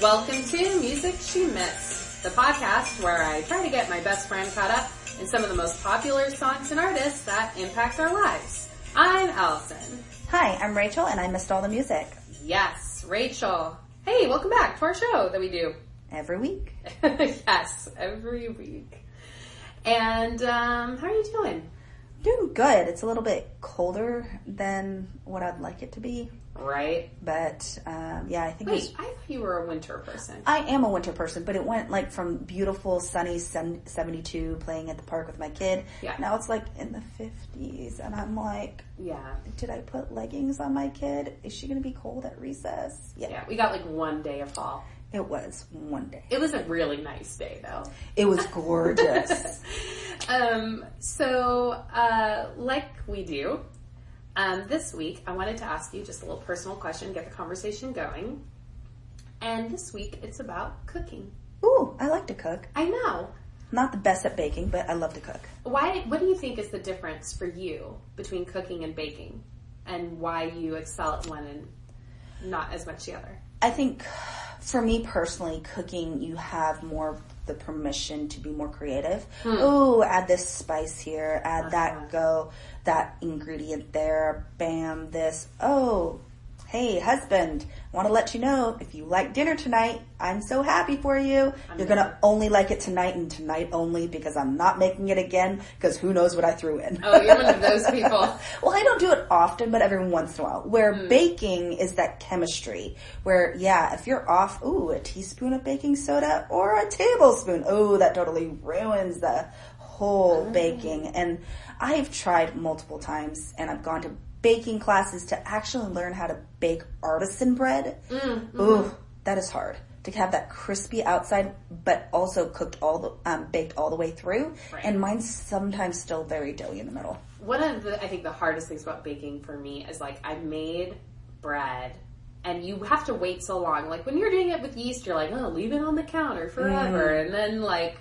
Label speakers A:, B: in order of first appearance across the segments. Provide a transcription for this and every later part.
A: Welcome to Music She Missed, the podcast where I try to get my best friend caught up in some of the most popular songs and artists that impact our lives. I'm Allison.
B: Hi, I'm Rachel and I missed all the music
A: Yes, Rachel. Hey, welcome back to our show that we do.
B: every week.
A: yes, every week. And um, how are you doing?
B: Doing good. It's a little bit colder than what I'd like it to be,
A: Right.
B: but um, yeah, I think
A: Wait,
B: it's,
A: I thought you were a winter person.
B: I am a winter person, but it went like from beautiful sunny sun- 72 playing at the park with my kid.
A: Yeah.
B: Now it's like in the 50s and I'm like,
A: Yeah.
B: did I put leggings on my kid? Is she going to be cold at recess? Yeah,
A: Yeah, we got like one day of fall.
B: it was one day.
A: It was a really nice day though.
B: It was gorgeous.
A: Um, so, uh, like we do, um, this week I wanted to ask you just a little personal question, get the conversation going. And this week it's about cooking.
B: Ooh, I like to cook.
A: I know.
B: Not the best at baking, but I love to cook.
A: Why, what do you think is the difference for you between cooking and baking and why you excel at one and not as much the other?
B: I think for me personally, cooking, you have more of the permission to be more creative. Ooh, add this spice here, add that go, that ingredient there, bam, this. Oh, hey, husband, want to let you know if you like dinner tonight, I'm so happy for you. You're going to only like it tonight and tonight only because I'm not making it again because who knows what I threw in.
A: Oh, you're one of those people.
B: Well, I don't do it often, but every once in a while. Where baking is that chemistry. Where, yeah, if you're off, ooh, a teaspoon of baking soda or a tablespoon. Ooh, that totally ruins the whole baking. And I've tried multiple times and I've gone to baking classes to actually learn how to bake artisan bread. Ooh, that is hard. To have that crispy outside, but also cooked all the, um, baked all the way through.
A: Right.
B: And mine's sometimes still very doughy in the middle.
A: One of the, I think the hardest things about baking for me is like I made bread and you have to wait so long. Like when you're doing it with yeast, you're like, oh, leave it on the counter forever
B: Mm-hmm.
A: and then like,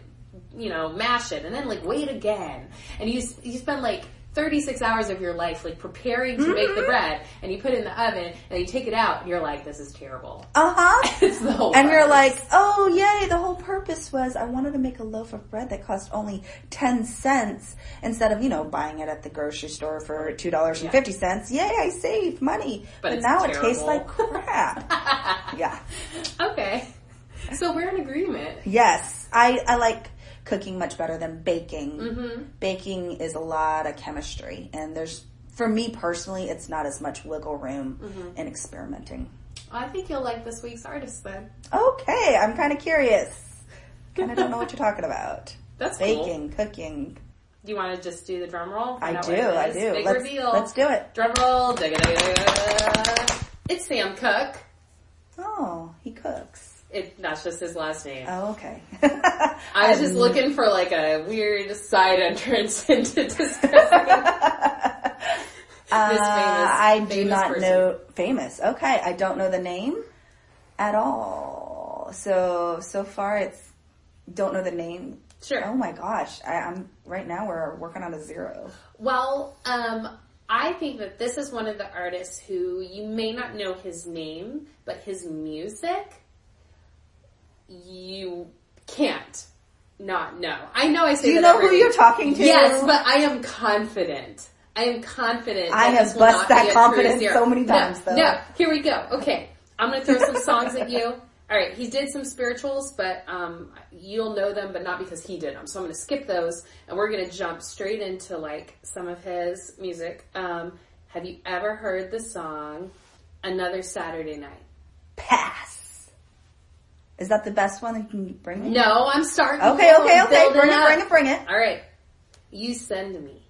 A: you know, mash it and then like wait again. And you, s- you spend like 36 hours of your life like preparing to make
B: Mm-hmm.
A: the bread and you put it in the oven and you take it out and you're like, this is terrible.
B: Uh huh.
A: It's the whole
B: And you're
A: process.
B: like, oh yay, the whole purpose was I wanted to make a loaf of bread that cost only 10 cents instead of, you know, buying it at the grocery store for $2.50. Yay, I saved money.
A: But
B: But,
A: it's
B: now it tastes
A: terrible.
B: like crap. yeah.
A: okay. So we're in agreement.
B: Yes. I, I like cooking much better than baking.
A: Mm-hmm.
B: Baking is a lot of chemistry and there's, for me personally, it's not as much wiggle room
A: Mm-hmm.
B: in experimenting.
A: I think you'll like this week's artist then.
B: Okay, I'm kind of curious. Kind of don't know what you're talking about.
A: That's cool.
B: Baking, cooking.
A: Do you want to just do the drum roll?
B: I
A: Find out
B: do,
A: what it
B: I
A: is?
B: do.
A: Big
B: let's,
A: reveal.
B: let's do it.
A: Drum roll. digga-digga-digga. It's Sam Cook.
B: Oh, he cooks.
A: It, that's just his last name.
B: Oh, okay.
A: I was just looking for like a weird side entrance into discussing this famous,
B: Uh, I do
A: famous
B: not
A: person.
B: know famous. Okay, I don't know the name at all. So so far, it's don't know the name.
A: Sure.
B: Oh my gosh, I, I'm right now we're working on a zero.
A: Well, um, I think that this is one of the artists who you may not know his name, but his music you can't not know. I know I say
B: Do
A: that
B: you know
A: every
B: who
A: week.
B: you're talking to?
A: Yes, but I am confident. I am confident.
B: I
A: that
B: have
A: this will not
B: bust that
A: be a
B: confidence
A: true zero.
B: so many
A: No,
B: times, though.
A: No, here we go. Okay, I'm gonna throw some songs at you. All right, he did some spirituals, but um, you'll know them, but not because he did them. So I'm gonna skip those, and we're gonna jump straight into like some of his music. Um, have you ever heard the song "Another Saturday Night"?
B: Pass. Is that the best one you can bring? me?
A: No, I'm starting.
B: Okay,
A: low.
B: okay,
A: I'm
B: okay.
A: building
B: Bring it,
A: up.
B: bring it, bring it.
A: All right, you send me.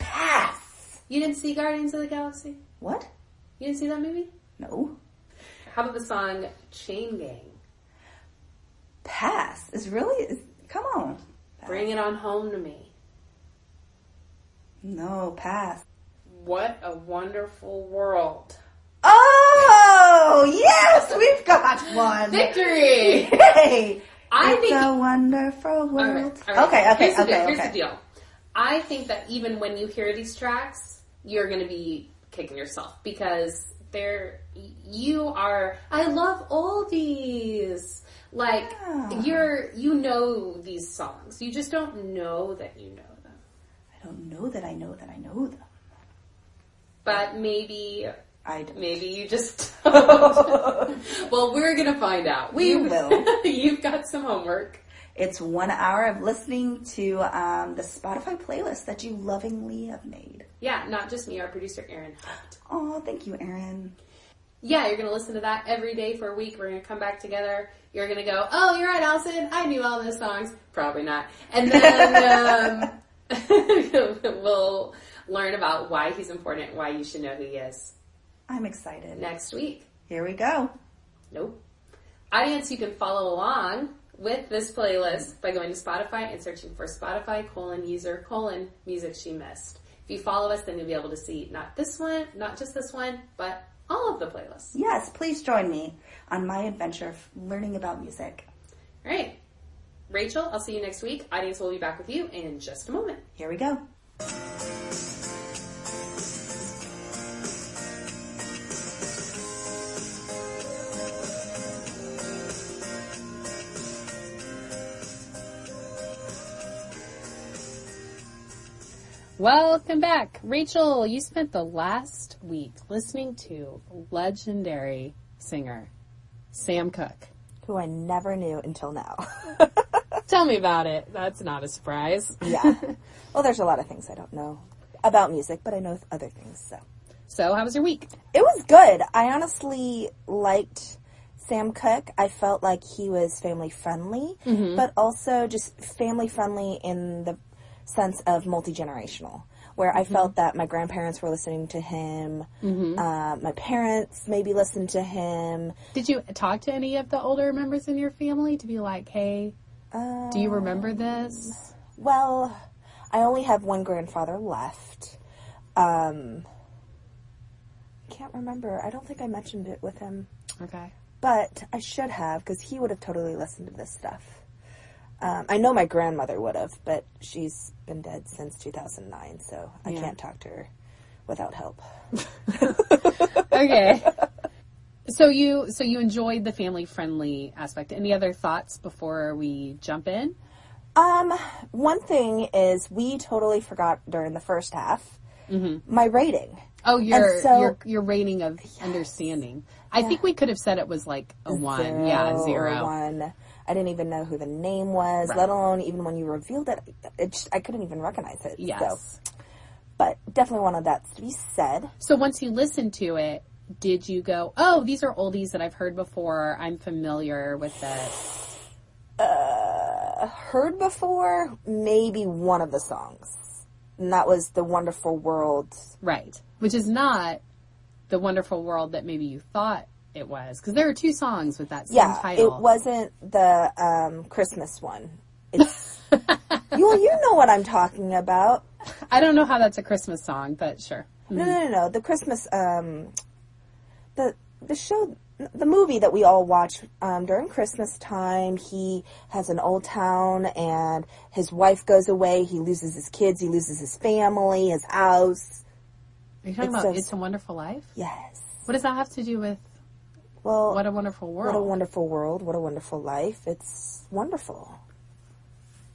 B: Pass.
A: You didn't see Guardians of the Galaxy?
B: What?
A: You didn't see that movie?
B: No.
A: How about the song Chain Gang?
B: Pass. Is really? Is, come on.
A: Bring it on home to me.
B: No, pass.
A: What a wonderful world.
B: Oh, yes, we've got one.
A: Victory!
B: Hey,
A: I
B: it's
A: think-
B: a wonderful
A: All right,
B: world.
A: all right.
B: Okay, okay,
A: Here's the
B: okay,
A: deal, Here's the
B: okay.
A: deal. I think that even when you hear these tracks, you're going to be kicking yourself because there you are i love all these like
C: Yeah.
A: you're you know these songs you just don't know that you know them
C: I don't know that I know that I know them.
A: but maybe
C: I don't.
A: maybe you just don't. well we're gonna find out we
C: You will.
A: you've got some homework
C: It's one hour of listening to um, the Spotify playlist that you lovingly have made.
A: yeah not just me our producer aaron helped
C: Oh, thank you, Erin.
A: yeah you're gonna listen to that every day for a week we're gonna come back together you're gonna go oh you're right allison i knew all those songs probably not and then um, we'll learn about why he's important why you should know who he is
C: I'm excited.
A: next week
C: Here we go.
A: Nope. Audience, you can follow along with this playlist by going to Spotify and searching for Spotify colon user colon music she missed. If you follow us, then you'll be able to see not this one, not just this one, but all of the playlists.
C: Yes, please join me on my adventure of learning about music.
A: All right. Rachel, I'll see you next week. Audience will be back with you in just a moment.
C: Here we go.
A: Welcome back. Rachel, you spent the last week listening to legendary singer Sam Cooke.
B: who I never knew until now.
A: Tell me about it. That's not a surprise.
B: yeah. Well, there's a lot of things I don't know about music, but I know other things, so.
A: So, how was your week?
B: It was good. I honestly liked Sam Cooke. I felt like he was family friendly,
C: Mm-hmm.
B: but also just family friendly in the sense of multi generational. Where
C: Mm-hmm.
B: I felt that my grandparents were listening to him, uh, my parents maybe listened to him.
A: Did you talk to any of the older members in your family to be like, hey, do you remember this?
B: Well, I only have one grandfather left. Um, can't remember. I don't think I mentioned it with him,
A: Okay.
B: but I should have because he would have totally listened to this stuff. Um, I know my grandmother would have, but she's been dead since 2009, so I
A: Yeah.
B: can't talk to her without help.
A: Okay. so you so you enjoyed the family friendly aspect. Any other thoughts before we jump in?
B: Um, one thing is we totally forgot during the first half my rating.
A: Oh, your
B: And so-
A: your your rating of understanding. I think we could have said it was like a one. Oh. yeah,
B: or
A: zero.
B: one. I didn't even know who the name was, let alone even when you revealed it, it just, I couldn't even recognize it. So,
A: Yes.
B: but definitely wanted that to be said.
A: So once you listened to it, did you go, "Oh, these are oldies that I've heard before. I'm familiar with this."
B: Heard before, maybe one of the songs, and that was the Wonderful World.
A: Right. Which is not the wonderful world that maybe you thought it was. Because there are two songs with that same
B: Yeah,
A: title.
B: it wasn't the um, Christmas one. It's you. You know what I'm talking about.
A: I don't know how that's a Christmas song, but sure.
B: No, no, no, no. The Christmas, um, the the show, the movie that we all watch um, during Christmas time. He has an old town, and his wife goes away. He loses his kids. He loses his family, his house.
A: Are you talking
B: It's
A: about
B: a-
A: It's a Wonderful Life?
B: Yes.
A: What does that have to do with
B: Well,
A: What a Wonderful
B: what
A: World?
B: a wonderful world. What a wonderful life. It's wonderful.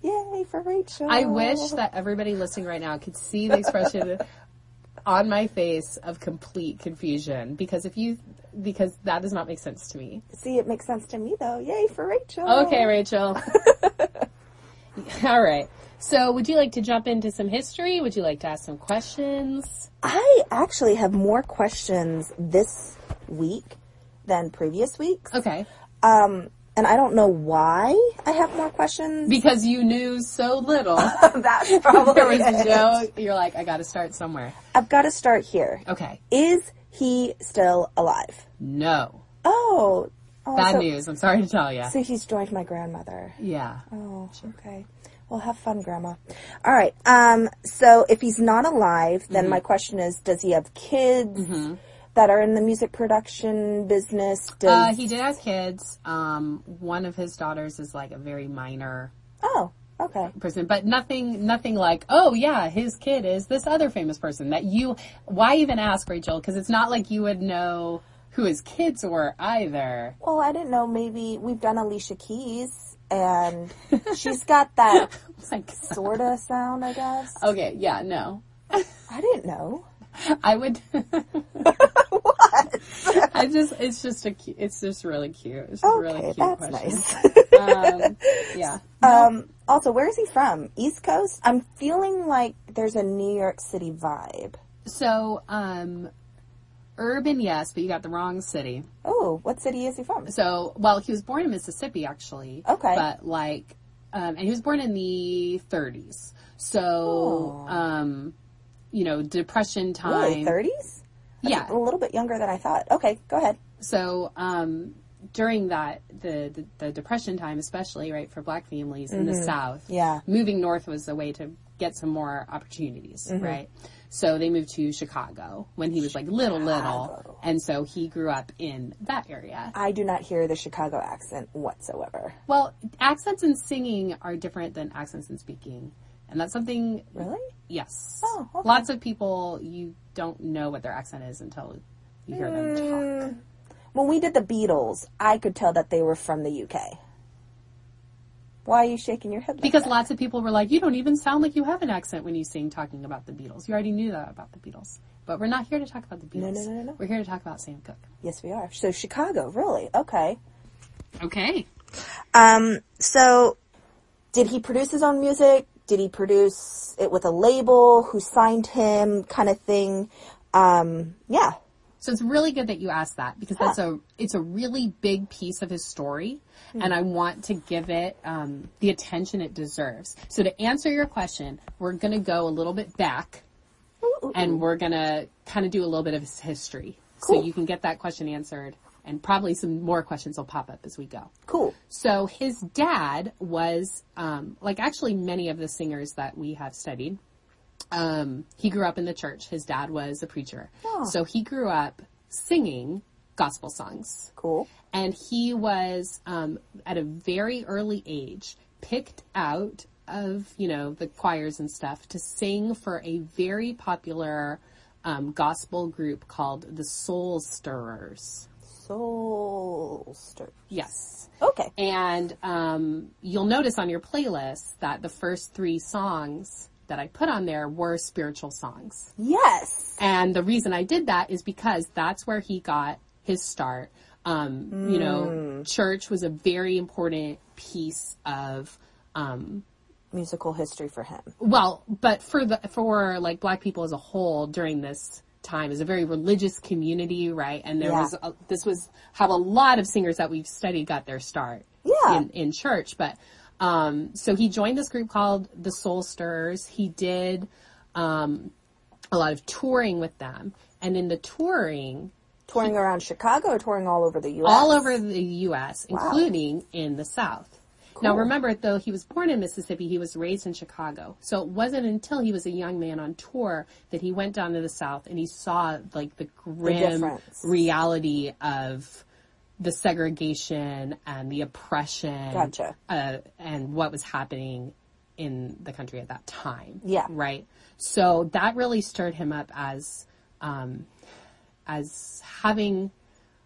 B: Yay for Rachel.
A: I wish that everybody listening right now could see the expression on my face of complete confusion because if you because that does not make sense to me.
B: See, it makes sense to me though. Yay for Rachel.
A: Okay, Rachel. All right. So, would you like to jump into some history? Would you like to ask some questions?
B: I actually have more questions this week than previous weeks.
A: Okay.
B: Um, and I don't know why I have more questions.
A: Because you knew so little,
B: That's probably
A: there was
B: it.
A: no, you're like, I gotta start somewhere.
B: I've got to start here.
A: Okay.
B: Is he still alive?
A: No.
B: Oh, oh,
A: Bad
B: so,
A: news. I'm sorry to tell you.
B: So he's joined my grandmother.
A: Yeah.
B: Oh, okay. Well, have fun, Grandma. All right. Um, so if he's not alive, then my question is: Does he have kids that are in the music production business? Does
A: Uh, he did have kids. Um, one of his daughters is like a very minor
B: oh Okay.
A: person, but nothing, nothing like, oh yeah, his kid is this other famous person that you, why even ask Rachel? Cause it's not like you would know who his kids were either.
B: Well, I didn't know. Maybe we've done Alicia Keys, and she's got that
A: Like,
B: sort of sound, I guess.
A: okay, yeah, no.
B: I didn't know.
A: I would. what? I just, it's just a, cu- it's just really cute. It's just a really
B: okay,
A: cute
B: that's
A: question.
B: nice.
A: Um, yeah.
B: um, also, where is he from? East Coast? I'm feeling like there's a New York City vibe.
A: So, um, urban, yes, but you got the wrong city.
B: Oh, what city is he from?
A: So, well, he was born in Mississippi, actually.
B: Okay.
A: But like, um, and he was born in the 30s. So, um, you know, depression time.
B: Really, 30s?
A: Yeah.
B: A little bit younger than I thought. Okay, go ahead.
A: So, um, during that, the, the, the depression time, especially, right, for black families in the South,
B: Mm-hmm. Yeah.
A: moving north was a way to get some more opportunities,
B: Mm-hmm.
A: right? So they moved to Chicago when he was like little, little. And so he grew up in that area.
B: I do not hear the Chicago accent whatsoever.
A: Well, accents in singing are different than accents in speaking. And that's something,
B: Really?
A: yes.
B: Oh, okay.
A: Lots of people, you don't know what their accent is until you hear
B: Hmm.
A: them talk.
B: When we did the Beatles, I could tell that they were from the UK. Why are you shaking your head? Like
A: Because
B: that?
A: lots of people were like, you don't even sound like you have an accent when you sing talking about the Beatles. You already knew that about the Beatles. But we're not here to talk about the Beatles.
B: no, no, no.
A: We're here to talk about Sam Cooke.
B: yes, we are. So Chicago, really? Okay.
A: Okay.
B: Um. So, did he produce his own music? Did he produce it with a label? Who signed him? Kind of thing. Um. Yeah.
A: So it's really good that you asked that because that's a it's a really big piece of his story, and I want to give it um, the attention it deserves. So to answer your question, we're going to go a little bit back, and we're going to kind of do a little bit of his history, so you can get that question answered, and probably some more questions will pop up as we go.
B: Cool.
A: So his dad was, um, like actually many of the singers that we have studied, um, he grew up in the church. His dad was a preacher. So he grew up singing gospel songs.
B: Cool.
A: And he was, um, at a very early age picked out of, you know, the choirs and stuff to sing for a very popular, um, gospel group called the Soul Stirrers.
B: Soulster.
A: Yes.
B: Okay.
A: And um, you'll notice on your playlist that the first three songs that I put on there were spiritual songs.
B: Yes.
A: And the reason I did that is because that's where he got his start. Um, You know, church was a very important piece of um,
B: Musical history for him.
A: well, but for the for like black people as a whole during this time is a very religious community, right? And there
B: Yeah.
A: was a, this was how a lot of singers that we've studied got their start
B: Yeah.
A: in, in church. But um, so he joined this group called the Soul Stirrers. He did um, a lot of touring with them, and in the touring,
B: Touring around Chicago, or touring all over the U.S.
A: all over the U.S., including in the South. Now remember, though he was born in Mississippi, he was raised in Chicago. So it wasn't until he was a young man on tour that he went down to the South and he saw like the grim
B: difference.
A: reality of the segregation and the oppression
B: Gotcha.
A: uh, and what was happening in the country at that time.
B: Yeah.
A: Right. So that really stirred him up as, um, as having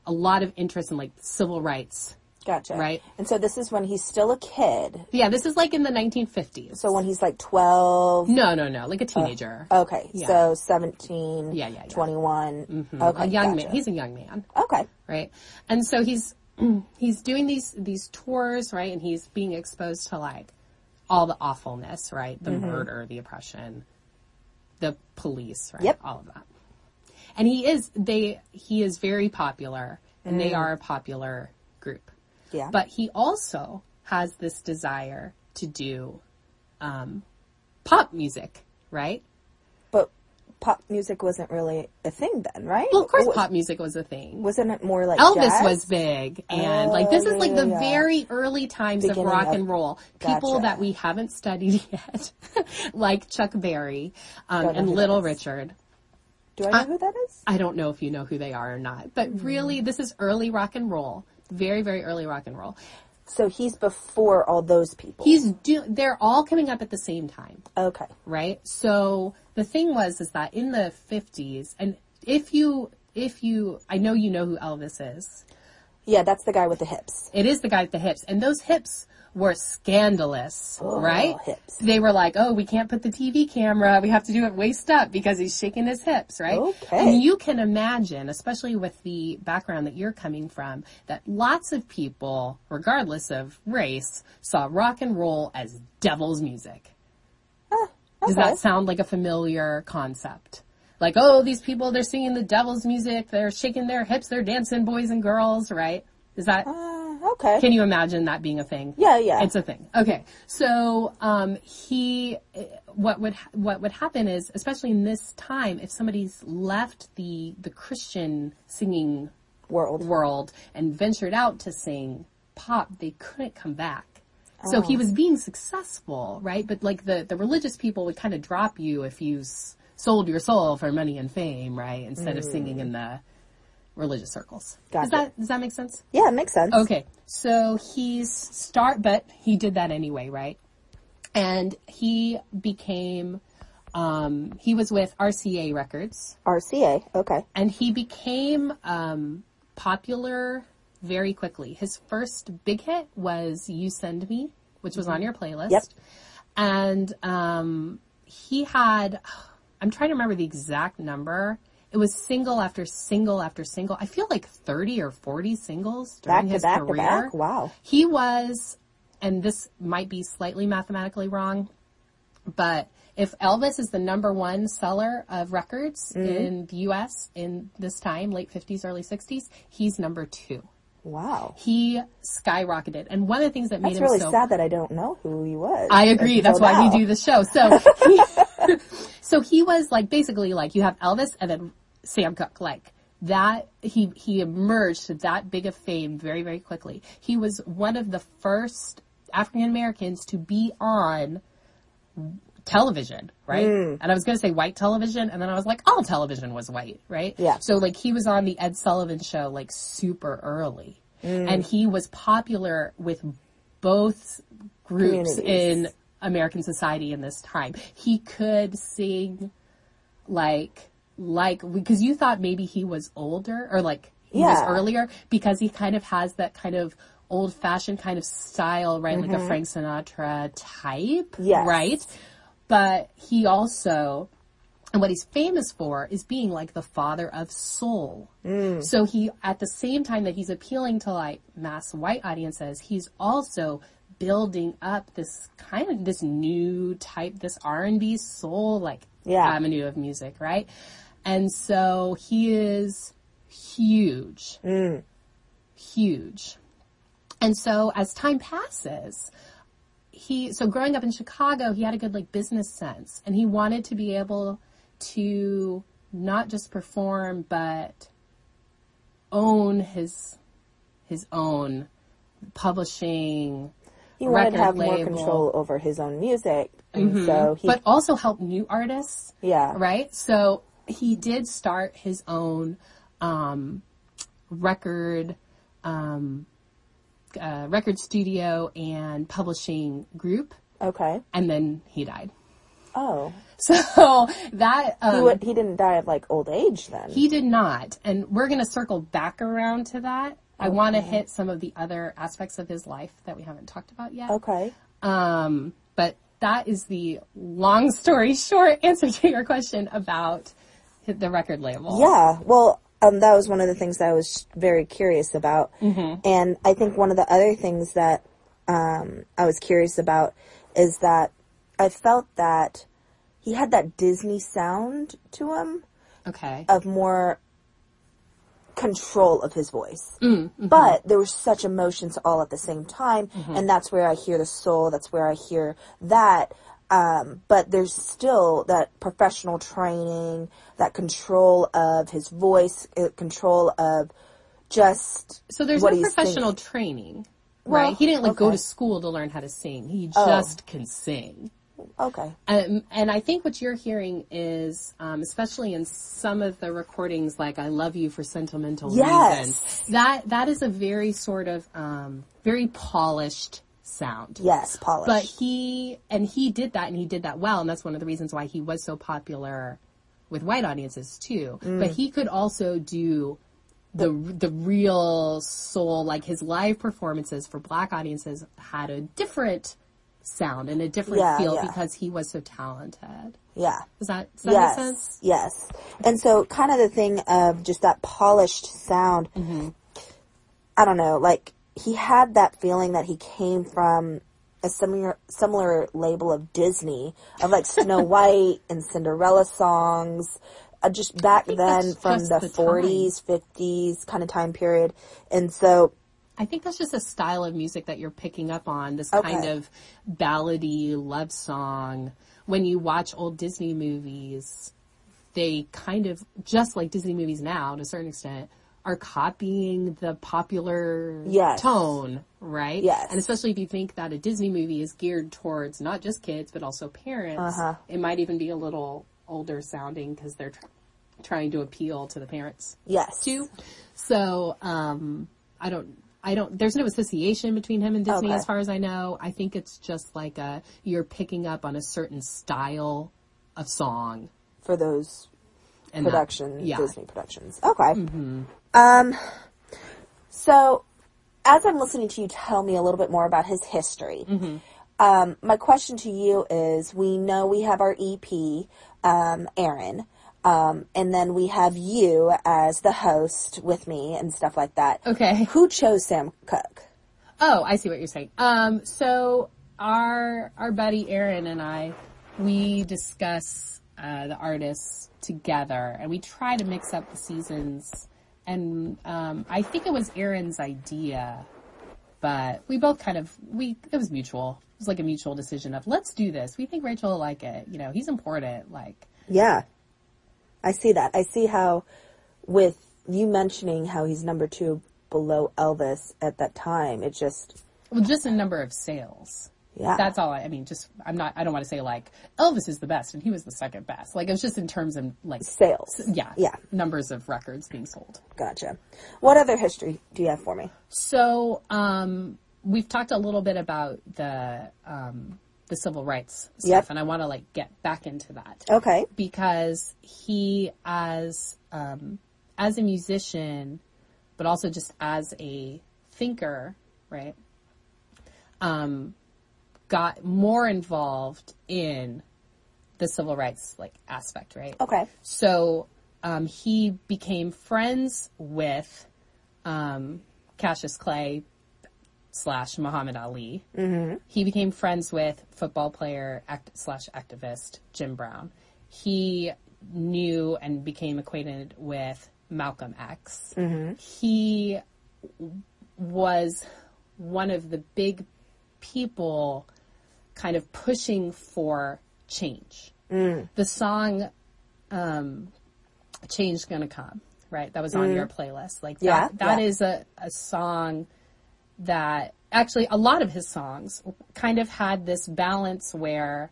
A: a lot of interest in like civil rights.
B: Gotcha.
A: Right.
B: And so this is when he's still a kid.
A: Yeah, this is like in the 1950s.
B: So when he's like 12.
A: no, no, no,
B: Oh.
A: like a teenager.
B: Okay. So 17.
A: Yeah, yeah, yeah.
B: 21. Okay.
A: a young
B: gotcha.
A: man. He's a young man.
B: Okay.
A: right? And so he's he's doing these these tours, right? And he's being exposed to like all the awfulness, right? The murder, the oppression, the police, right?
B: Yep.
A: All of that. And he is they he is very popular and they are a popular group.
B: Yeah.
A: But he also has this desire to do um pop music, right?
B: But pop music wasn't really a thing then, right?
A: Well, of course
B: Was,
A: pop music was a thing.
B: Wasn't it more like
A: Elvis
B: jazz?
A: was big, and like this is like
B: Oh,
A: the very early times
B: Beginning
A: of rock
B: of-
A: and roll. People
B: Gotcha.
A: that we haven't studied yet, like Chuck Berry um, and Little Richard.
B: Do I know who that is?
A: I don't know if
B: Mm-hmm.
A: you know who they are or not, but really, this is early rock and roll, very very early rock and roll.
B: So he's before all those people.
A: He's do, they're all coming up at the same time.
B: okay.
A: right? So the thing was is that in the 50s, and if you, if you, I know you know who Elvis is.
B: Yeah, that's the guy with the hips.
A: It is the guy with the hips, and those hips were scandalous, right?
B: Oh, hips.
A: They were like, oh, we can't put the TV camera. We have to do it waist up because he's shaking his hips, right?
B: Okay.
A: And you can imagine, especially with the background that you're coming from, that lots of people, regardless of race, saw rock and roll as devil's music.
B: Ah,
A: Does that sound like a familiar concept? Like, oh, these people, they're singing the devil's music, they're shaking their hips, they're dancing boys and girls, right? Is that,
B: Uh, okay.
A: can you imagine that being a thing?
B: Yeah, yeah.
A: It's a thing. Okay. So, um, he, what would, ha- what would happen is, especially in this time, if somebody's left the, the Christian singing
B: World.
A: world and ventured out to sing pop, they couldn't come back. So
B: Oh.
A: he was being successful, right? But like the, the religious people would kind of drop you if you s- sold your soul for money and fame, right? Instead of singing in the religious circles.
B: Hmm.
A: Does
B: Gotcha.
A: that, does that make sense?
B: Yeah, it makes sense.
A: Okay. So he's start, but he did that anyway, right? And he became, um, he was with RCA Records
B: RCA. Okay.
A: and he became um, popular very quickly. His first big hit was "You Send Me," which was on your playlist.
B: Yep.
A: And um, he had, I'm trying to remember the exact number. It was single after single after single. I feel like 30 or 40 singles during
B: Back to
A: his
B: back to
A: career.
B: back? Wow.
A: He was, and this might be slightly mathematically wrong, but if Elvis is the number one seller of records
B: Mm-hmm.
A: in the U.S. in this time, late 50s, early 60s, he's number two.
B: Wow.
A: He skyrocketed. And one of the things that made
B: It's
A: him
B: really
A: so
B: sad that I don't know who he was.
A: I agree. That's why we do the show. So, he, so he was like basically like you have Elvis and then Sam Cooke. Like that, he he emerged to that big of fame very very quickly. He was one of the first African Americans to be on television, right? And I was going to say white television, and then I was like, all television was white, right?
B: Yeah.
A: So like he was on the Ed Sullivan show like super early, and he was popular with both groups
B: Communities.
A: in American society in this time. He could sing like like because you thought maybe he was older or like he was
B: Yeah.
A: earlier because he kind of has that kind of old fashioned kind of style, right? Like a Frank Sinatra type,
B: Mm-hmm. Yes.
A: right? But he also and what he's famous for is being like the father of soul. So he, at the same time that he's appealing to like mass white audiences, he's also building up this kind of this new type, this R and B soul like
B: Yeah.
A: avenue of music, right? And so he is huge, huge. And so as time passes, he so growing up in Chicago, he had a good like business sense and he wanted to be able to not just perform but own his his own publishing
B: He wanted to
A: record
B: have more
A: label. Mm-hmm.
B: control over his own music, and so he.
A: but also help new artists.
B: Yeah.
A: Right? So he did start his own um, record um, uh, record studio and publishing group
B: okay.
A: and then he died.
B: Oh,
A: So that um,
B: he, wa- he didn't die of like old age then.
A: He did not. And we're going to circle back around to that. I want to hit some of the other aspects of his life that we haven't talked about yet.
B: okay.
A: Um, but that is the long story short answer to your question about the record label.
B: Yeah, well, um, that was one of the things I was very curious about.
A: Mm-hmm.
B: And I think one of the other things that um, I was curious about is that I felt that he had that Disney sound to him
A: Okay.
B: of more control of his voice.
A: Mm, mm-hmm.
B: But there was such emotions all at the same time, and that's where I hear the soul, that's where I hear that. Um, but there's still that professional training, that control of his voice, uh, control of just
A: so there's
B: what
A: no
B: he's
A: professional
B: singing.
A: training, right?
B: Well,
A: he didn't like go
B: okay. Oh.
A: to school to learn how to sing. He just can sing.
B: Okay.
A: Um, and I think what you're hearing is, um, especially in some of the recordings, like "I love you for sentimental
B: Yes.
A: reasons." That that is a very sort of um, very polished sound.
B: Yes, polish.
A: But he and he did that, and he did that well, and that's one of the reasons why he was so popular with white audiences too.
B: Mm.
A: But he could also do the the real soul, like his live performances for black audiences had a different sound and a different
B: Yeah,
A: feel
B: yeah.
A: because he was so talented.
B: yeah.
A: Does that does that
B: Yes.
A: make sense?
B: Yes. And so kind of the thing of just that polished sound.
A: Mm-hmm.
B: I don't know, like he had that feeling that he came from a similar similar label of Disney of like Snow White and Cinderella songs. Uh, just back then
A: that's
B: from
A: just
B: the
A: the time.
B: 40s, 50s kind of time period. And so
A: I think that's just a style of music that you're picking up on, this
B: Okay.
A: kind of ballady love song. When you watch old Disney movies, they kind of, just like Disney movies now to a certain extent, are copying the popular
B: Yes.
A: tone, right?
B: Yes.
A: And especially if you think that a Disney movie is geared towards not just kids, but also parents,
B: Uh-huh.
A: it might even be a little older sounding because they're tr- trying to appeal to the parents
B: yes.
A: too. So um, I don't. I don't. There's no association between him and Disney,
B: Okay.
A: as far as I know. I think it's just like a you're picking up on a certain style of song
B: for those
A: and that-
B: production
A: yeah.
B: Disney productions. Okay. Um. So, as I'm listening to you tell me a little bit more about his history, um, my question to you is: We know we have our EP, um, Aaron. Um, and then we have you as the host with me and stuff like that.
A: Okay.
B: Who chose Sam Cook?
A: Oh, I see what you're saying. Um, so our our buddy Aaron and I, we discuss uh, the artists together, and we try to mix up the seasons. And um, I think it was Aaron's idea, but we both kind of we it was mutual. It was like a mutual decision of let's do this. We think Rachel will like it. You know, he's important. Like
B: Yeah. I see that. I see how with you mentioning how he's number two below Elvis at that time, it just
A: well, just a number of sales.
B: yeah.
A: That's all I, I mean, just, I'm not, I don't want to say like, Elvis is the best and he was the second best. Like, it was just in terms of like
B: sales.
A: yeah,
B: Yeah.
A: numbers of records being sold.
B: Gotcha. What other history do you have for me?
A: So um, we've talked a little bit about the um, the civil rights stuff,
B: Yep. Oh.
A: and I want to like get back into that
B: Okay.
A: because he as um, as a musician, but also just as a thinker, right? Um, got more involved in the civil rights like aspect, right?
B: Okay.
A: So um, he became friends with um, Cassius Clay slash Muhammad Ali. Mm-hmm. He became friends with football player act- slash activist Jim Brown. He knew and became acquainted with Malcolm X.
B: Mm-hmm.
A: He was one of the big people kind of pushing for change.
B: Mm.
A: The song um, Change Gonna Come, right? That was on your playlist. Like
B: Mm-hmm. Yeah,
A: that, that
B: yeah.
A: is a, a song that actually a lot of his songs kind of had this balance where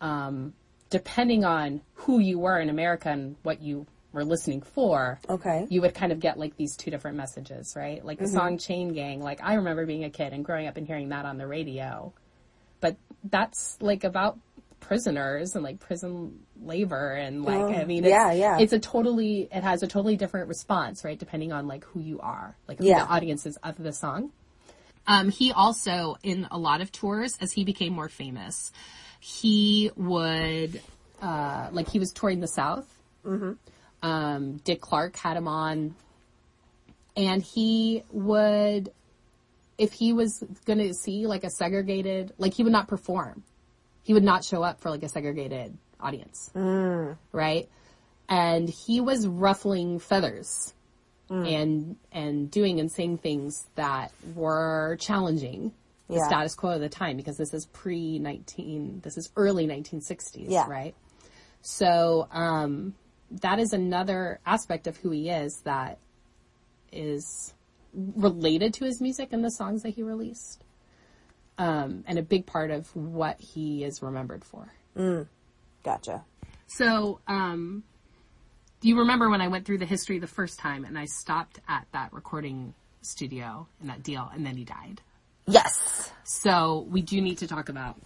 A: um, depending on who you were in America and what you were listening for,
B: Okay. Mm-hmm.
A: you would kind of get like these two different messages, right? Like the song Chain Gang, like I remember being a kid and growing up and hearing that on the radio. But that's like about prisoners and like prison labor and like I mean it's,
B: Oh, yeah, yeah.
A: it's a totally it has a totally different response, right? Depending on like who you are, like who
B: Yeah.
A: the audience is of the song. Um, he also, in a lot of tours, as he became more famous, he would, uh, like he was touring the South. Um, Dick Clark had him on, and he would, if he was going to see like a segregated, like he would not perform. He would not show up for like a segregated audience, right? And he was ruffling feathers and and doing and saying things that were challenging the
B: Yeah.
A: status quo of the time because this is pre nineteen this is early nineteen sixties,
B: Yeah.
A: right? So um that is another aspect of who he is that is related to his music and the songs that he released. um, and a big part of what he is remembered for.
B: Gotcha.
A: So, um, do you remember when I went through the history the first time and I stopped at that recording studio and that deal and then he died?
B: Yes.
A: So we do need to talk about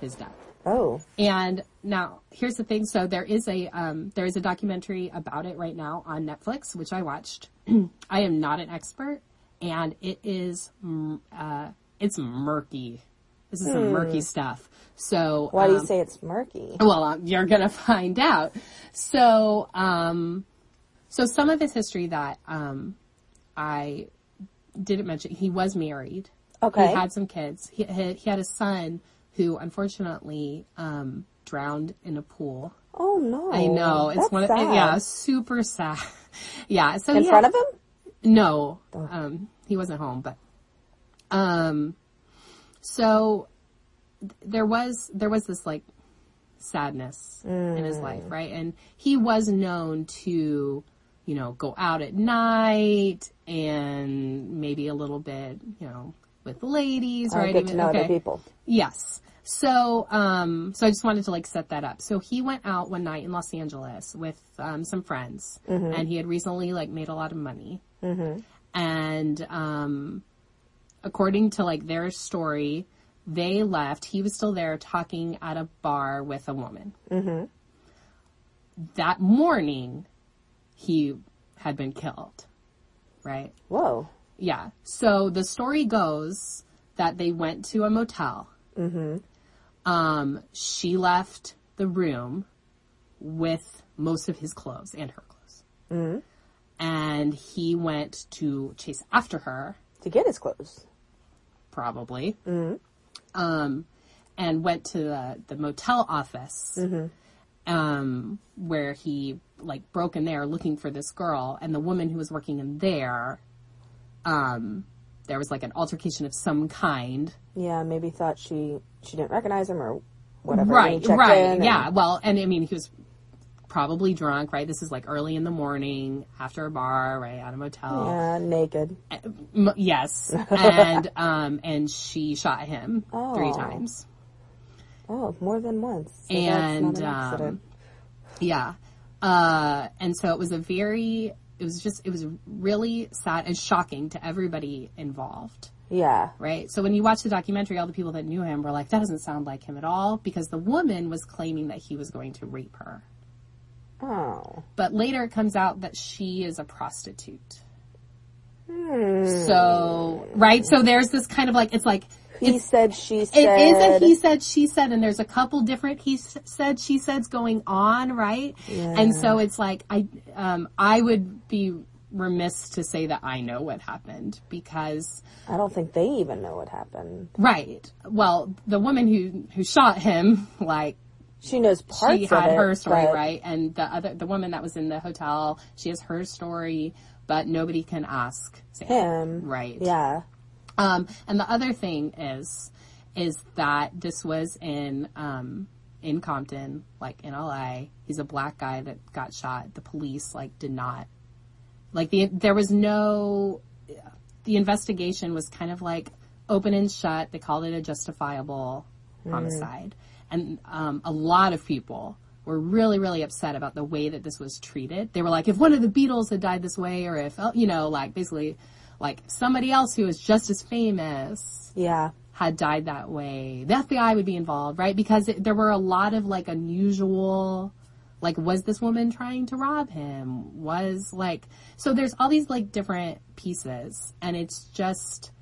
A: his death.
B: Oh.
A: And now here's the thing. So there is a, um, there is a documentary about it right now on Netflix, which I watched. I am not an expert and it is, mm, uh, it's murky. This is some murky stuff. So
B: Why do
A: um,
B: you say it's murky?
A: well, um, you're gonna find out. So, um, so some of his history that um, I didn't mention, he was married.
B: Okay.
A: He had some kids. He, he, he had a son who unfortunately um, drowned in a pool.
B: Oh no.
A: I know. It's
B: That's
A: one of,
B: sad.
A: yeah, super sad. yeah. So
B: In
A: he
B: front
A: had-
B: of him?
A: no, um, he wasn't home, but, um, so th- there was, there was this like sadness in
B: Mm.
A: his life, right? And he was known to, you know, go out at night and maybe a little bit, you know, with ladies,
B: Oh,
A: right?
B: Good to
A: Even-
B: know
A: okay.
B: other people.
A: Yes. So, um, so I just wanted to like set that up. So he went out one night in Los Angeles with, um, some friends and he had recently like made a lot of money. And, um, according to like their story, they left. He was still there talking at a bar with a woman. That morning, he had been killed. Right?
B: Whoa.
A: Yeah. So the story goes that they went to a motel. Mm-hmm. Um, she left the room with most of his clothes and her clothes. Mm-hmm. And he went to chase after her,
B: To get his clothes.
A: probably. Mm-hmm. Um, and went to the, the motel office.
B: Mm-hmm.
A: Um, where he like broke in there looking for this girl and the woman who was working in there um, there was like an altercation of some kind.
B: Yeah, maybe thought she she didn't recognize him or whatever. when he
A: Right,
B: checked in
A: right,
B: and-
A: yeah. Well, and I mean, he was probably drunk, right? This is like early in the morning after a bar, right, at a motel.
B: Yeah, naked.
A: M- yes, and um, and she shot him three
B: Oh.
A: times.
B: Oh, more than once. So
A: And,
B: that's not an
A: um,
B: accident.
A: Yeah, uh, and so it was a very, it was just, it was really sad and shocking to everybody involved.
B: yeah.
A: right? So when you watch the documentary, all the people that knew him were like, that doesn't sound like him at all because the woman was claiming that he was going to rape her.
B: Oh.
A: But later it comes out that she is a prostitute. So, right? So there's this kind of like, it's like,
B: He said she
A: it
B: said
A: is a he said, she said, and there's a couple different he s- said, she said's going on, right? And so it's like, I, um, I would be remiss to say that I know what happened because
B: I don't think they even know what happened.
A: Right. Well, the woman who who shot him, like
B: She knows parts
A: she
B: of
A: had
B: it,
A: her story,
B: but-
A: right? And the other the woman that was in the hotel, she has her story, but nobody can ask Sam.
B: Him.
A: Right.
B: Yeah.
A: Um, and the other thing is, is that this was in, um, in Compton, like in LA. He's a black guy that got shot. The police, like, did not, like, the, there was no, the investigation was kind of like open and shut. They called it a justifiable homicide. And, um, a lot of people were really, really upset about the way that this was treated. They were like, if one of the Beatles had died this way, or if, oh, you know, like, basically, like somebody else who is just as famous
B: Yeah.
A: had died that way, the FBI would be involved, right? Because it, there were a lot of like unusual, like was this woman trying to rob him? Was like, so there's all these like different pieces and it's just,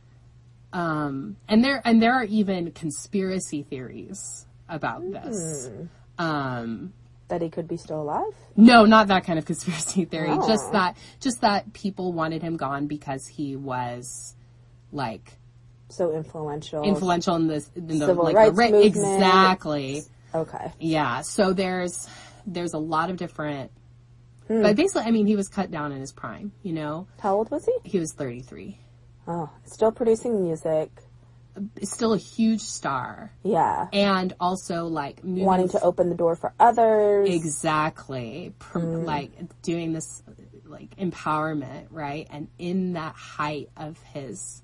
A: um, and there, and there are even conspiracy theories about this. Um,
B: That he could be still alive?
A: no, not that kind of conspiracy theory. Just that, just that people wanted him gone because he was like
B: So influential.
A: influential in this, in the,
B: Civil
A: like,
B: rights
A: the ra-
B: movement.
A: exactly.
B: okay.
A: Yeah. So there's, there's a lot of different,
B: Hmm.
A: but basically, I mean, he was cut down in his prime, you know,
B: How old was he?
A: he was 33,
B: Oh, still producing music.
A: still a huge star
B: Yeah.
A: and also like moving
B: Wanting to open the door for others.
A: exactly Pr-
B: Hmm.
A: like doing this like empowerment right and in that height of his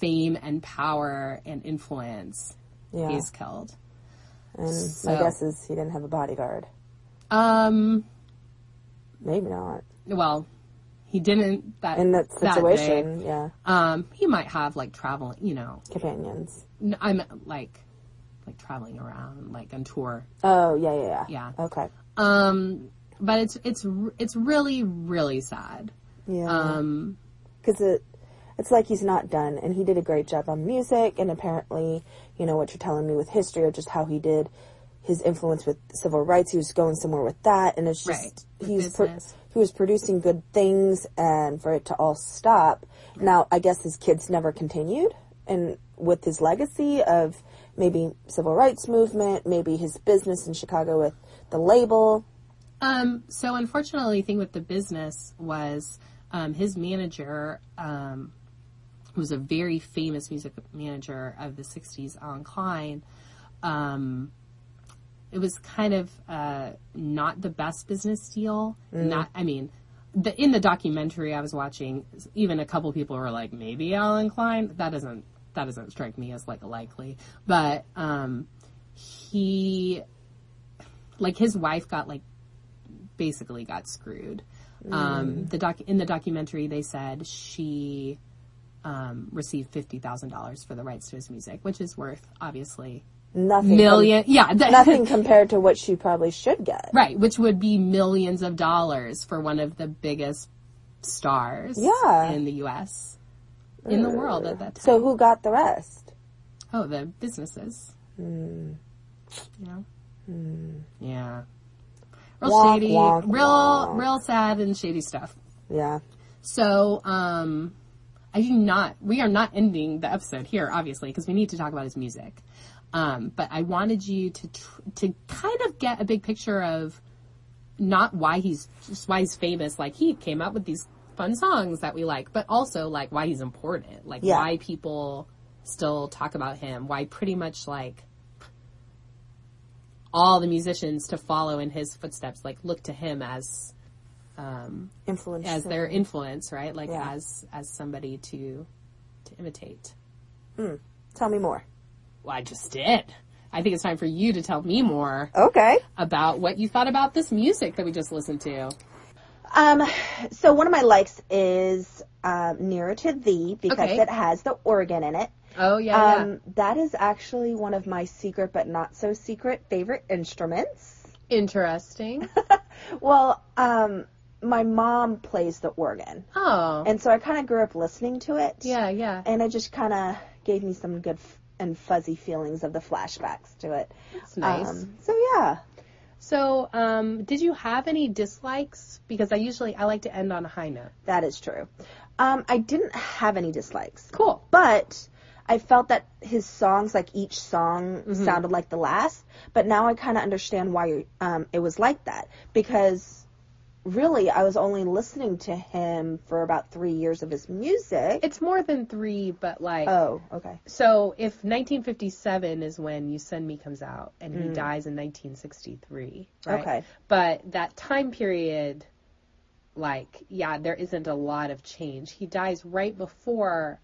A: fame and power and influence,
B: Yeah.
A: he's killed.
B: and
A: so-
B: my guess is he didn't have a bodyguard.
A: Um,
B: Maybe not.
A: well, he didn't that
B: In that
A: day.
B: situation, yeah.
A: um, he might have like traveling, you know,
B: Companions.
A: n- I'm like, like traveling around, like on tour.
B: Oh, yeah, yeah, yeah.
A: Yeah.
B: Okay.
A: Um, but it's it's r- it's really really sad.
B: Yeah.
A: Um,
B: because it it's like he's not done and he did a great job on music and apparently you know what you're telling me with history or just how he did his influence with civil rights he was going somewhere with that and it's just
A: Right. With
B: he's pro-
A: business.
B: he was producing good things and for it to all stop now i guess his kids never continued and with his legacy of maybe civil rights movement maybe his business in chicago with the label
A: Um, so unfortunately, the thing with the business was um, his manager um, was a very famous music manager of the '60s, Alan Klein. Um, it was kind of uh, not the best business deal. Not, I mean, the, in the documentary I was watching, even a couple people were like, maybe Alan Klein. That doesn't that doesn't strike me as like likely, but um, he like his wife got like basically got screwed.
B: Mm.
A: Um, the doc in the documentary they said she um, received fifty thousand dollars for the rights to his music, which is worth obviously
B: nothing com-
A: million. yeah, that-
B: nothing compared to what she probably should get
A: right, which would be millions of dollars for one of the biggest stars
B: Yeah.
A: in the U.S. in the world at that time.
B: so who got the rest
A: oh, the businesses.
B: Mm.
A: You know. Yeah. Real
B: Wonk,
A: shady,
B: wonk,
A: real,
B: wonk.
A: real sad and shady stuff.
B: yeah
A: So, um, I do not, we are not ending the episode here, obviously, because we need to talk about his music. Um, but I wanted you to, tr- to kind of get a big picture of not why he's, just why he's famous. Like he came up with these fun songs that we like, but also like why he's important, like
B: Yeah.
A: why people still talk about him, why pretty much like all the musicians to follow in his footsteps, like look to him as
B: influence
A: as their influence, right? Like
B: Yeah.
A: as as somebody to to imitate.
B: Tell me more.
A: Well, I just did. I think it's time for you to tell me more
B: Okay.
A: about what you thought about this music that we just listened to.
B: Um, so one of my likes is um, "Nearer to Thee" because
A: Okay.
B: it has the organ in it.
A: Oh yeah,
B: Um, that is actually one of my secret but not so secret favorite instruments.
A: interesting.
B: Well, um, my mom plays the organ,
A: Oh
B: and so I kind of grew up listening to it.
A: yeah, yeah.
B: And it just kind of gave me some good f- and fuzzy feelings of the flashbacks to it.
A: It's nice.
B: Um, so yeah.
A: so, um, did you have any dislikes? Because I usually I like to end on a high note.
B: That is true. Um, I didn't have any dislikes.
A: Cool.
B: But I felt that his songs, like each song, sounded like the last. But now I kind of understand why you- um, it was like that because really I was only listening to him for about three years of his music.
A: It's more than three, but like
B: oh, okay.
A: so. If 1957 is when "You Send Me" comes out, and he dies in 1963, right?
B: Mm. Okay.
A: But that time period, like, yeah, there isn't a lot of change. He dies right before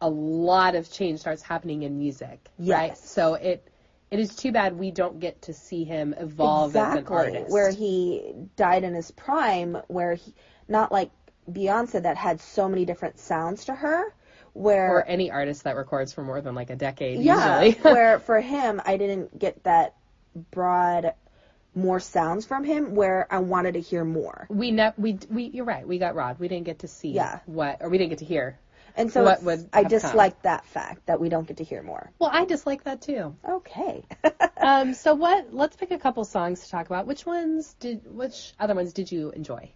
A: a lot of change starts happening in music. Right?
B: Yes.
A: So it it is too bad we don't get to see him evolve as an
B: Exactly.
A: artist.
B: Where he died in his prime, where he, not like Beyonce that had so many different sounds to her, where.
A: or any artist that records for more than like a decade
B: Yeah,
A: usually.
B: where for him, I didn't get that broad, more sounds from him. Where I wanted to hear more,
A: we ne- we we you're right. We got Rod. We didn't get to see
B: Yeah.
A: what or we didn't get to hear.
B: and so
A: What
B: it's-
A: would
B: I
A: have come?
B: dislike that fact that we don't get to hear more.
A: Well, I dislike that too.
B: Okay,
A: Um, so what? Let's pick a couple songs to talk about. Which ones did? Which other ones did you enjoy?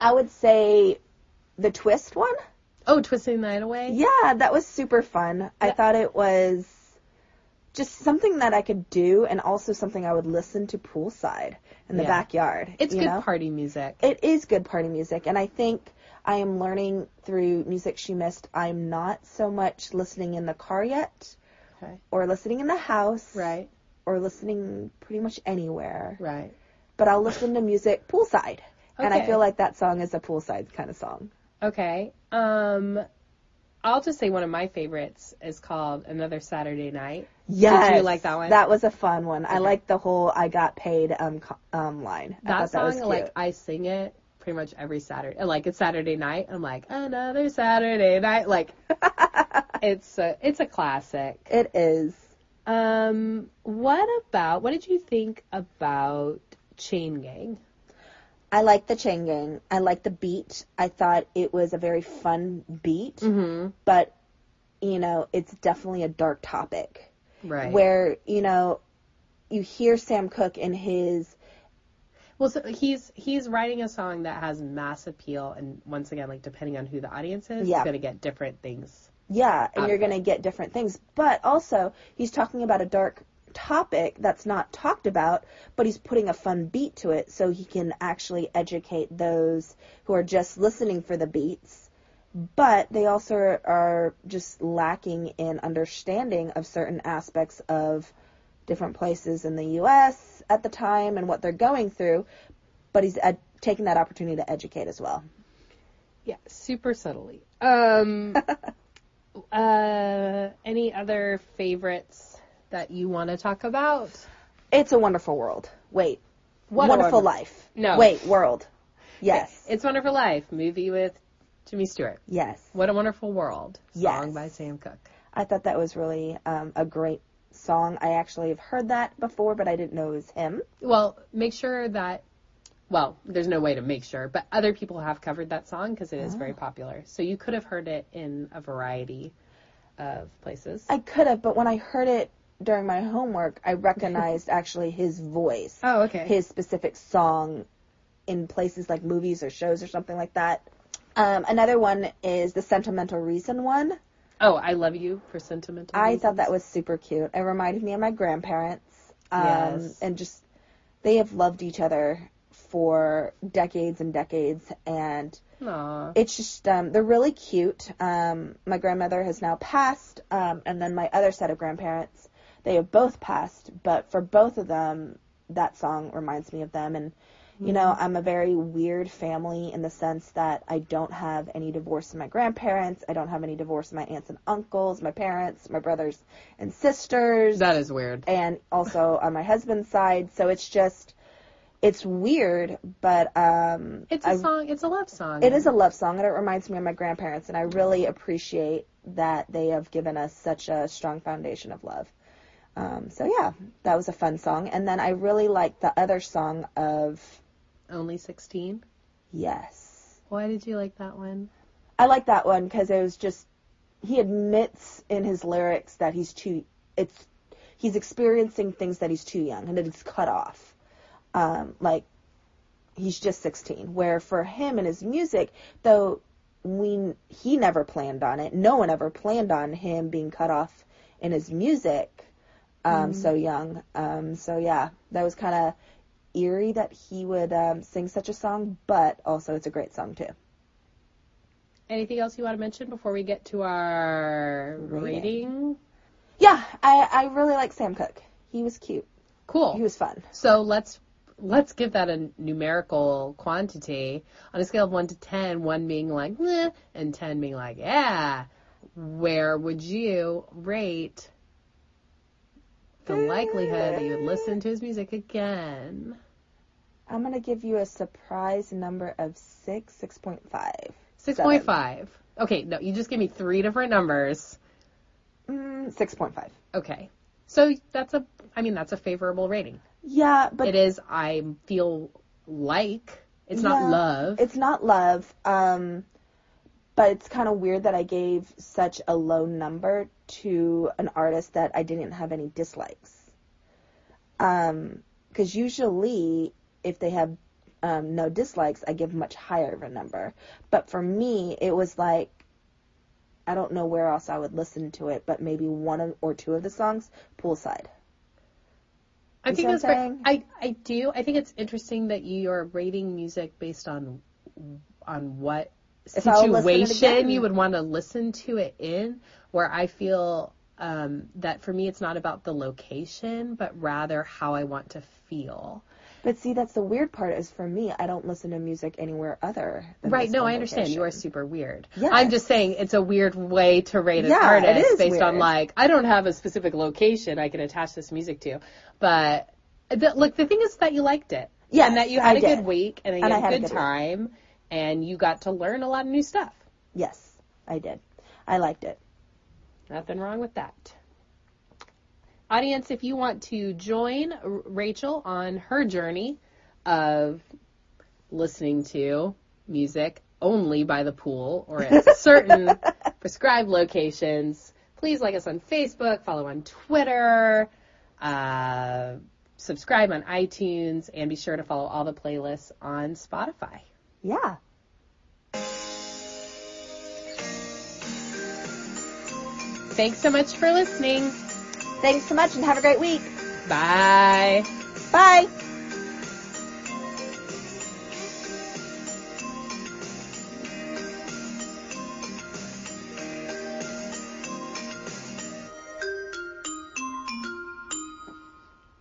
B: I would say the twist one.
A: Oh, Twisting the Night Away?
B: Yeah, that was super fun. I thought it was just something that I could do, and also something I would listen to poolside in the
A: Yeah.
B: backyard.
A: It's
B: you
A: good
B: know?
A: party music.
B: it is good party music and i think i am learning through music she missed i'm not so much listening in the car yet
A: Okay.
B: or listening in the house
A: Right,
B: or listening pretty much anywhere
A: right.
B: but i'll listen to music poolside and i
A: Okay.
B: feel like that song is a poolside kind of song
A: Okay. Um, I'll just say one of my favorites is called Another Saturday Night.
B: Yes.
A: Did you like that one?
B: That was a fun one. I liked the whole I got paid um, co- um line. I
A: That
B: thought
A: song,
B: that was cute.
A: like I sing it pretty much every Saturday. Like it's Saturday night. I'm like another Saturday night. Like it's a it's a classic.
B: it is.
A: Um, what about what did you think about Chain Gang?
B: I like the chain gang. I like the beat. I thought it was a very fun beat,
A: Mm-hmm.
B: but you know, it's definitely a dark topic.
A: Right.
B: where you know you hear Sam Cooke and his
A: Well, so he's he's writing a song that has mass appeal, and once again, like depending on who the audience is,
B: Yeah.
A: you're gonna get different things.
B: yeah, and you're going to get different things, but also he's talking about a dark topic that's not talked about, but he's putting a fun beat to it so he can actually educate those who are just listening for the beats. But they also are just lacking in understanding of certain aspects of different places in the U.S. at the time and what they're going through. But he's ed- taking that opportunity to educate as well.
A: Yeah, super subtly. Um, uh, any other favorites that you want to talk about?
B: It's a Wonderful World. Wait.
A: What a
B: wonderful
A: Wonder-
B: Life.
A: No.
B: Wait, World. Yes.
A: It's Wonderful Life movie with Jimmy Stewart.
B: yes.
A: What a Wonderful World song
B: Yes.
A: by Sam Cooke.
B: I thought that was really um, a great song. I actually have heard that before, but I didn't know it was him.
A: Well, make sure that. Well, there's no way to make sure, but other people have covered that song because it is
B: Ah.
A: very popular. So you could have heard it in a variety of places.
B: I could have, but when I heard it during my homework, I recognized actually his voice.
A: Oh, okay.
B: His specific song in places like movies or shows or something like that. Um, another one is the Sentimental Reason one.
A: oh, I love you for sentimental.
B: I
A: Reasons.
B: thought that was super cute. It reminded me of my grandparents. Um,
A: Yes.
B: And just, they have loved each other for decades and decades. And
A: Aw.
B: it's just, um, they're really cute. Um, my grandmother has now passed. Um, and then my other set of grandparents, they have both passed. But for both of them, that song reminds me of them. And, you know, I'm a very weird family in the sense that I don't have any divorce in my grandparents. I don't have any divorce in my aunts and uncles, my parents, my brothers and sisters,
A: that is weird.
B: and also on my husband's side. So it's just, it's weird, but um,
A: It's a song. It's a love song.
B: it is a love song, and it reminds me of my grandparents. And I really appreciate that they have given us such a strong foundation of love. Um, so yeah, that was a fun song. And then I really liked the other song of
A: only sixteen.
B: Yes.
A: Why did you like that one?
B: I like that one because it was just he admits in his lyrics that he's too it's he's experiencing things that he's too young and that it's cut off. Um, like he's just 16. Where for him and his music, though we he never planned on it. No one ever planned on him being cut off in his music um, so young. Um, so yeah, that was kind of eerie that he would um, sing such a song, but also it's a great song too.
A: Anything else you want to mention before we get to our rating?
B: Yeah, I, I really like Sam Cooke. He was cute.
A: Cool.
B: He was fun.
A: So let's let's give that a numerical quantity on a scale of one to ten, one being like meh, and ten being like yeah. Where would you rate the likelihood that you would listen to his music again?
B: I'm gonna give you a surprise number of six, six point five.
A: Six point five. Okay, no, you just give me three different numbers.
B: Mm, six point five.
A: Okay, so that's a I mean that's a favorable rating.
B: Yeah, but
A: It is I feel like it's not
B: yeah,
A: love.
B: It's not love. Um, but it's kind of weird that I gave such a low number to an artist that I didn't have any dislikes. Um, because usually if they have um, no dislikes, I give much higher of a number. But for me, it was like I don't know where else I would listen to it, but maybe one of, or two of the songs poolside.
A: I think
B: You see
A: that's
B: what
A: very,
B: I'm
A: I I do. I think it's interesting that you are rating music based on on what
B: If I'll listen it
A: situation
B: again.
A: you would want to listen to it in. Where I feel um, that for me, it's not about the location, but rather how I want to feel.
B: But see, that's the weird part is for me, I don't listen to music anywhere other. Than
A: Right,
B: this
A: no,
B: one
A: I understand. You are
B: location.
A: super weird.
B: Yeah.
A: I'm just saying it's a weird way to rate an
B: Yeah, it
A: artist
B: is
A: based on
B: weird.
A: like I don't have a specific location I can attach this music to. But the, look, the thing is that you liked it.
B: Yes,
A: and that you had
B: I
A: a good
B: did.
A: week and that you
B: And I
A: had,
B: had
A: a
B: a
A: good,
B: good week.
A: time and you got to learn a lot of new stuff.
B: Yes, I did. I liked it.
A: Nothing wrong with that. Audience, if you want to join R- Rachel on her journey of listening to music only by the pool or at certain prescribed locations, please like us on Facebook, follow on Twitter, uh, subscribe on iTunes, and be sure to follow all the playlists on Spotify.
B: Yeah.
A: Thanks so much for listening.
B: Thanks so much and have a great week.
A: Bye.
B: Bye.